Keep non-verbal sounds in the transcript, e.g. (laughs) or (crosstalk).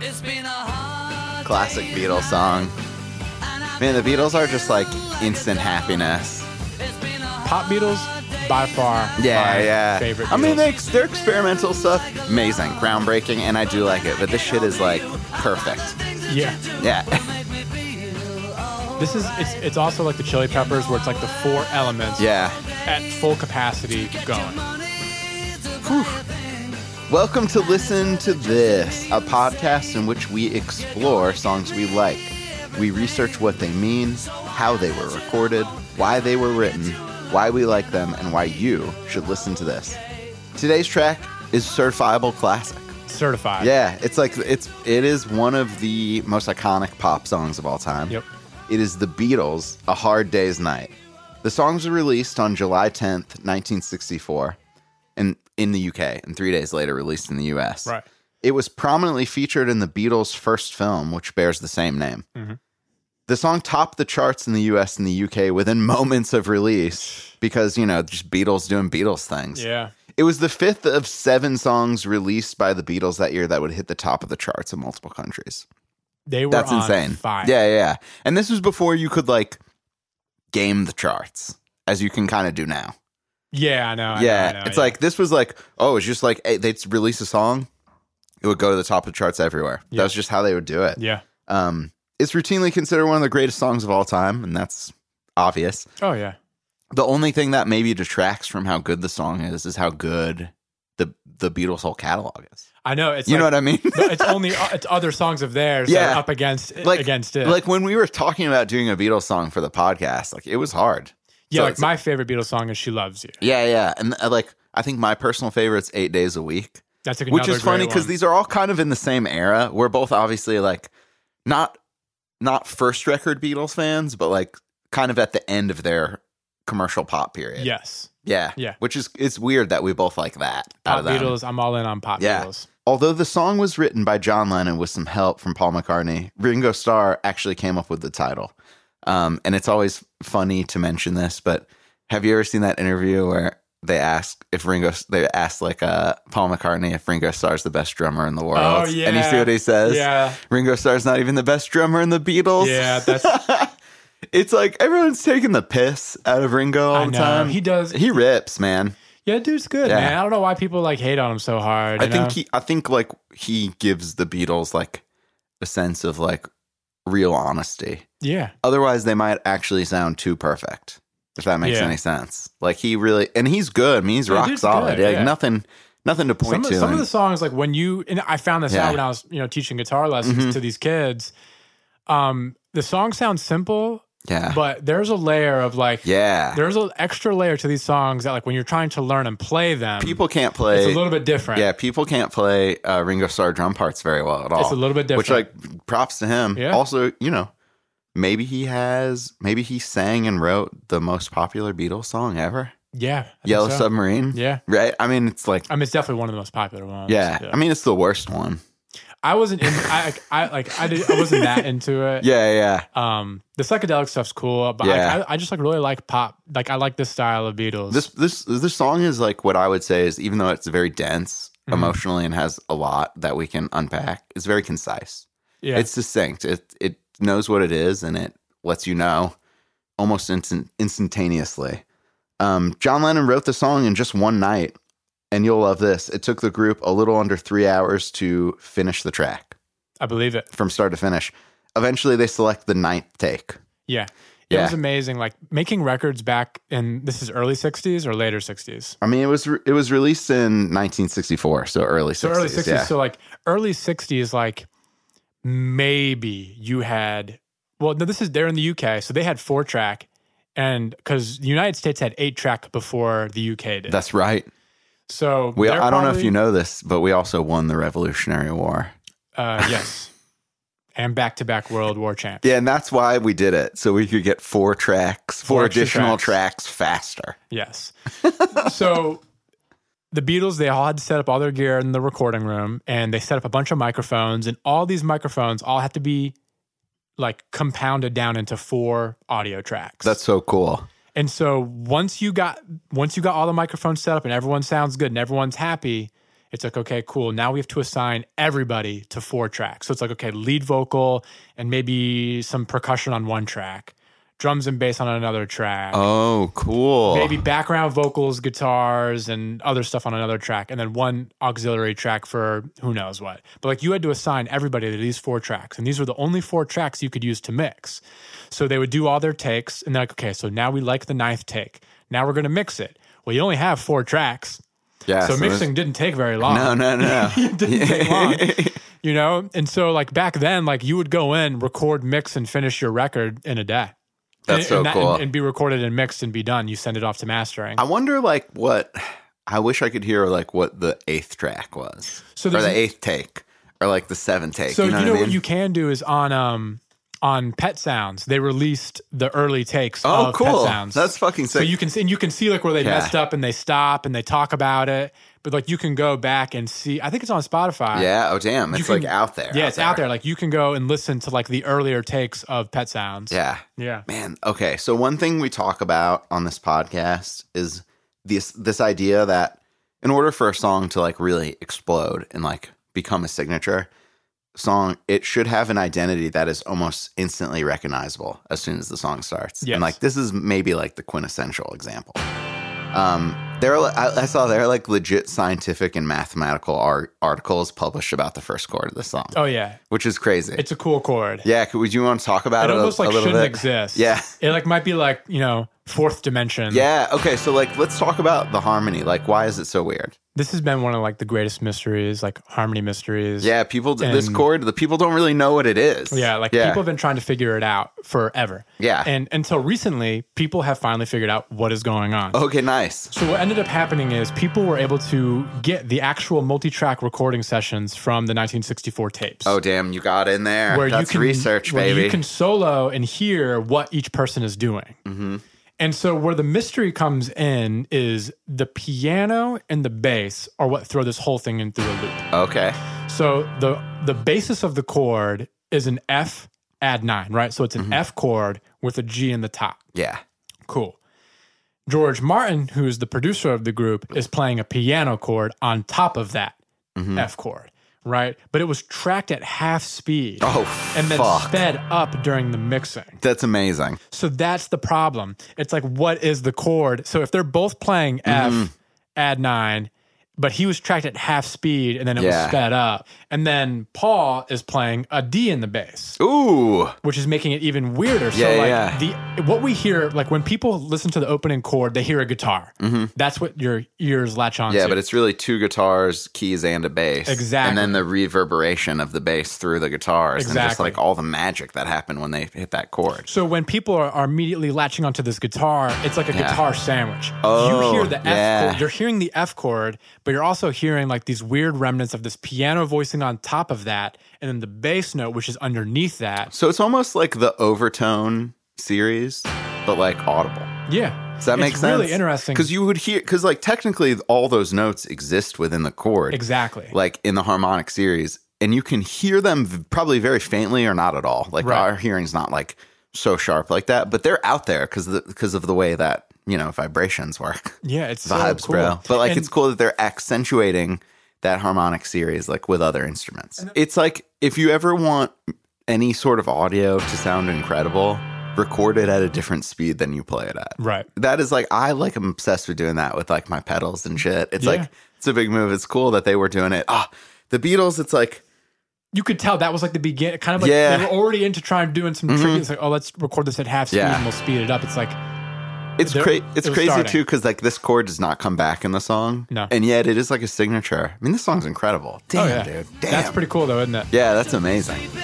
It's been a hard Classic day's Beatles song. Man, the Beatles are just like instant happiness. It's been a Pop Beatles, by far. Yeah, my yeah. Favorite. I mean, Beatles. they, their experimental stuff, amazing, groundbreaking, and I do like it. But this shit is like perfect. Yeah. Yeah, (laughs) This is. It's, it's also like the Chili Peppers, where it's like the four elements. yeah. At full capacity going. Welcome to Listen to This, a podcast in which we explore songs we like. We research what they mean, how they were recorded, why they were written, why we like them, and why you should listen to this. Today's track is certifiable classic. Certified. Yeah, it's like it's it is one of the most iconic pop songs of all time. Yep. It is the Beatles, A Hard Day's Night. The songs were released on July 10th, 1964, and in the UK, and 3 days later released in the US. Right. It was prominently featured in the Beatles' first film, which bears the same name. Mm-hmm. The song topped the charts in the US and the UK within (laughs) moments of release because, you know, just Beatles doing Beatles things. Yeah. It was the fifth of seven songs released by the Beatles that year that would hit the top of the charts in multiple countries. They were. That's on insane. Fire. Yeah, yeah, yeah. And this was before you could like game the charts as you can kind of do now. Yeah. I know. I know, yeah, I know, it's yeah. like this was like oh, it's just like eh, they'd release a song, it would go to the top of the charts everywhere. Yeah. That was just how they would do it. Yeah. Um, it's routinely considered one of the greatest songs of all time, and that's obvious. Oh yeah. The only thing that maybe detracts from how good the song is is how good the the Beatles whole catalog is. I know. It's you know like- what I (laughs) mean? No, it's only uh, it's other songs of theirs that Yeah. are up against uh, Like- against it. like when we were talking about doing a Beatles song for the podcast, like it was hard. yeah, so like it's- my favorite Beatles song is "She Loves You." Yeah, yeah, and uh, like I think my personal favorite's Eight Days a Week, That's like which another is funny great because one. these are all kind of in the same era. We're both obviously like not not first record Beatles fans, but like kind of at the end of their commercial pop period. yes, yeah, Yeah. Which is it's weird that we both like that. out pop of them. Beatles. I'm all in on pop Yeah. Beatles. Although the song was written by John Lennon with some help from Paul McCartney, Ringo Starr actually came up with the title. Um, and it's always funny to mention this, but have you ever seen that interview where they ask if Ringo, they ask like uh, Paul McCartney if Ringo Starr's the best drummer in the world? Oh, And you see yeah. what he says? Yeah, Ringo Starr's not even the best drummer in the Beatles. (laughs) yeah, that's it's like everyone's taking the piss out of Ringo all I the know. time. He does. He rips, man. Yeah, dude's good, Yeah. man. I don't know why people like hate on him so hard. I you know? think he, I think like he gives the Beatles like a sense of like real honesty. yeah, Otherwise, they might actually sound too perfect. If that makes Yeah. any sense, like he really and he's good. I mean, he's Yeah, rock dude's solid. good, Yeah, like, yeah. nothing, nothing to point some, to. of, some of and- the songs like when you and I found this Yeah. out when I was you know teaching guitar lessons Mhm. to these kids. Um, the song sounds simple, yeah, but there's a layer of like yeah. there's an extra layer to these songs that like when you're trying to learn and play them, People can't it's a play. little bit different. Yeah, people can't play uh, Ringo Starr drum parts very well at all. It's a little bit Which different. like props to him. Yeah. Also, you know, maybe he has maybe he sang and wrote the most popular Beatles song ever. yeah, I think Yellow so. Submarine. Yeah, Right? I mean, it's like, I mean it's definitely one of the most popular ones. yeah. I mean, it's the worst one. I wasn't in. I, I like I did. I wasn't that into it. Yeah, yeah. Um, the psychedelic stuff's cool, but Yeah. like, I, I just like really like pop. Like I like this style of Beatles. This this this song is like what I would say is even though it's very dense Mhm. emotionally and has a lot that we can unpack, it's very concise. yeah, It's succinct. It it knows what it is and it lets you know almost instant, instantaneously. Um, John Lennon wrote the song in just one night, and you'll love this. It took the group a little under three hours to finish the track I believe it. from start to finish. Eventually, they select the ninth take. Yeah. It Yeah. was amazing. Like making records back in this is early '60s or later '60s. I mean, it was re- it was released in 1964, so early 60s. So early '60s. yeah. So like early '60s, like maybe you had. Well, no, this is they're in the UK, so they had four track, and because the United States had eight track before the UK did. That's right. so We they're I don't know if probably- you know this, but we also won the Revolutionary War. Uh, yes. and back to back World War champ. Yeah, and that's why we did it, so we could get four tracks, four, Four extra additional tracks. tracks faster. Yes. so the Beatles, they all had to set up all their gear in the recording room and they set up a bunch of microphones, and all these microphones all had to be like compounded down into four audio tracks. That's so cool. and so once you got once you got all the microphones set up and everyone sounds good and everyone's happy, It's like, okay, cool. Now we have to assign everybody to four tracks. So it's like, okay, lead vocal and maybe some percussion on one track, drums and bass on another track, Oh, cool. maybe background vocals, guitars, and other stuff on another track, and then one auxiliary track for who knows what. But like you had to assign everybody to these four tracks, and these were the only four tracks you could use to mix. So they would do all their takes, and they're like, okay, so now we like the ninth take. Now we're going to mix it. Well, you only have four tracks. Yeah, So so this- mixing didn't take very long No, no, (laughs) no. (laughs) didn't take long. You know? And so like back then, like you would go in, record, mix, and finish your record in a day. That's so and, and cool. And, and be recorded and mixed and be done. You send it off to mastering. I wonder, like, what I wish I could hear, like, what the eighth track was, So or there's the an- eighth take, or like the seventh take. so you know, what, I mean? you can do is on um on Pet Sounds, they released the early takes Oh, of Pet cool. Sounds. That's fucking so sick. you can see and you can see like where they Yeah. messed up and they stop and they talk about it. But like you can go back and see I think it's on Spotify. yeah. Oh, damn. It's can- like out there. Yeah, it's out there. Like you can go and listen to like the earlier takes of Pet Sounds. Yeah. Yeah. Man, okay. So one thing we talk about on this podcast is this this idea that in order for a song to like really explode and like become a signature song, it should have an identity that is almost instantly recognizable as soon as the song starts. Yes. And like this is maybe like the quintessential example. Um, there, are- I, I saw there are like legit scientific and mathematical ar- articles published about the first chord of the song, Oh yeah. which is crazy. It's a cool chord. yeah, could, would you want to talk about It it, a- almost a, like little shouldn't bit? exist. Yeah. It like might be like, you know, fourth dimension. Yeah. Okay. So, like, let's talk about the harmony. Like, why is it so weird? This has been one of like the greatest mysteries, like harmony mysteries. Yeah. People, this And- chord, the people don't really know what it is. Yeah. Like yeah. people have been trying to figure it out forever. Yeah. And until recently, people have finally figured out what is going on. okay. Nice. So what ended up happening is people were able to get the actual multi-track recording sessions from the 1964 tapes. Oh, damn. You got in there. where That's you can research, where baby. You can solo and hear what each person is doing. Mm-hmm. And so where the mystery comes in is the piano and the bass are what throw this whole thing into a loop. okay. So the the basis of the chord is an F add nine, right? So it's Mm-hmm. an F chord with a G in the top. Yeah. Cool. George Martin, who's the producer of the group, is playing a piano chord on top of that Mm-hmm. F chord, right? But it was tracked at half speed Oh, and then fuck. sped up during the mixing. That's amazing. So that's the problem. It's like, what is the chord? So if they're both playing Mm-hmm. F, add nine, but he was tracked at half speed and then it was Yeah. sped up. And then Paul is playing a D in the bass, Ooh. which is making it even weirder. So Yeah, like yeah. the what we hear, like when people listen to the opening chord, they hear a guitar. That's what your ears latch on Mm-hmm. Yeah, to. but it's really two guitars, keys, and a bass. Exactly. And then the reverberation of the bass through the guitars and just Exactly. like all the magic that happened when they hit that chord. So when people are, are immediately latching onto this guitar, it's like a Yeah. guitar sandwich. Oh, you hear the F yeah. chord, you're hearing the F chord, but you're also hearing like these weird remnants of this piano voicing on top of that, and then the bass note, which is underneath that. So it's almost like the overtone series, but like audible. Yeah. Does that make it's sense? really interesting. Because you would hear, because like technically all those notes exist within the chord, Exactly. like in the harmonic series, and you can hear them v- probably very faintly or not at all. Like Right. our hearing's not like so sharp like that, but they're out there because because of the way that you know vibrations work, yeah, it's vibes, so cool. bro. But like And- it's cool that they're accentuating that harmonic series like with other instruments. it's like if you ever want any sort of audio to sound incredible, record it at a different speed than you play it at right. that is like I like I'm obsessed with doing that with like my pedals and shit. It's Yeah. like it's a big move. It's cool that they were doing it. Ah, the Beatles. It's like You could tell that was like the beginning, kind of like Yeah. Mm-hmm. they were already into trying doing some tricky. It's like, oh, let's record this at half speed Yeah. and we'll speed it up. It's like, oh, it's They're- cra- it's it was crazy starting. too because like this chord does not come back in the song. No. and yet it is like a signature. I mean, this song's incredible. Damn, oh yeah, dude. Damn. that's pretty cool though, isn't it? Yeah, that's amazing.